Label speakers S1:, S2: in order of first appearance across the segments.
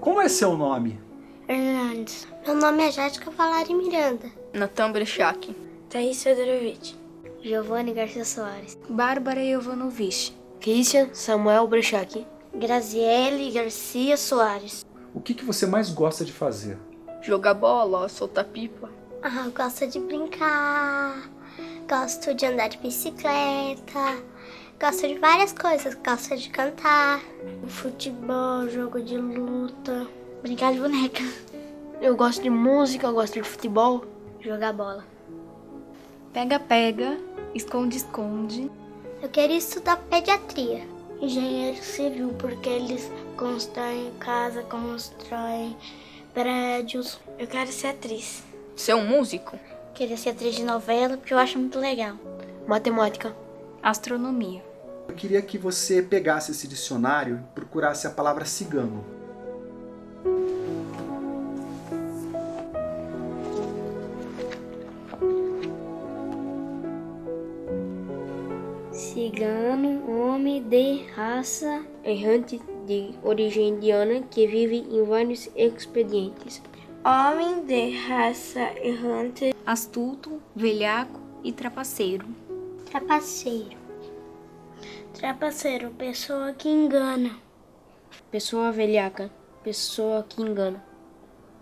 S1: Como é seu nome?
S2: Hernandes. Meu nome é Jéssica Valari Miranda.
S3: Natan Bruchak.
S4: Thaís Fedorovitch.
S2: Giovanni Garcia Soares.
S5: Bárbara Jovanovic.
S6: Christian Samuel Bruchak.
S2: Graziele Garcia Soares.
S1: O que, que você mais gosta de fazer?
S3: Jogar bola, soltar pipa.
S2: Ah, eu gosto de brincar. Gosto de andar de bicicleta. Gosto de várias coisas. Gosto de cantar. Futebol, jogo de luta. Brincar de boneca.
S6: Eu gosto de música, eu gosto de futebol.
S2: Jogar bola.
S5: Pega-pega, esconde-esconde.
S2: Eu queria estudar pediatria. Engenheiro civil, porque eles constroem casa, constroem prédios.
S4: Eu quero ser atriz.
S3: Ser um músico?
S2: Queria ser atriz de novela, porque eu acho muito legal.
S6: Matemática.
S5: Astronomia.
S1: Eu queria que você pegasse esse dicionário e procurasse a palavra cigano.
S7: Cigano, homem de raça
S6: Errante de origem indiana que vive em vários expedientes.
S4: Homem de raça errante.
S5: Astuto, velhaco e trapaceiro.
S2: Trapaceiro. Trapaceiro, pessoa que engana.
S6: Pessoa velhaca. Pessoa que engana.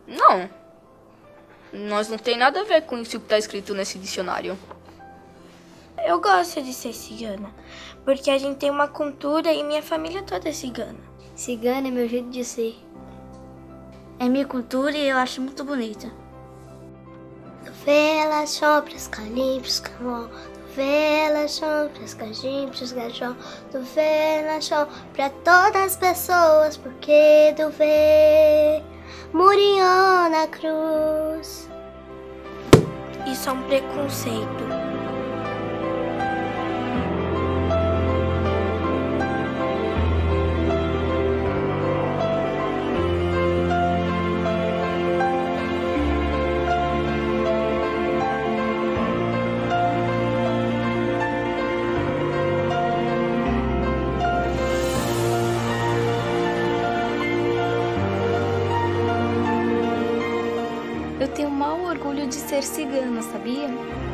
S3: Não. Nós não tem nada a ver com isso que tá escrito nesse dicionário.
S4: Eu gosto de ser cigana, porque a gente tem uma cultura e minha família toda é cigana.
S2: Cigana é meu jeito de ser.
S7: É minha cultura e eu acho muito bonita.
S2: Novela, sombras, calipsos, camon. Novela, sombras, cajipsos, gajó. Novela, chão pra todas as pessoas, porque do ver Murió na cruz.
S4: Isso é um preconceito.
S5: Eu tenho mau orgulho de ser cigana, sabia?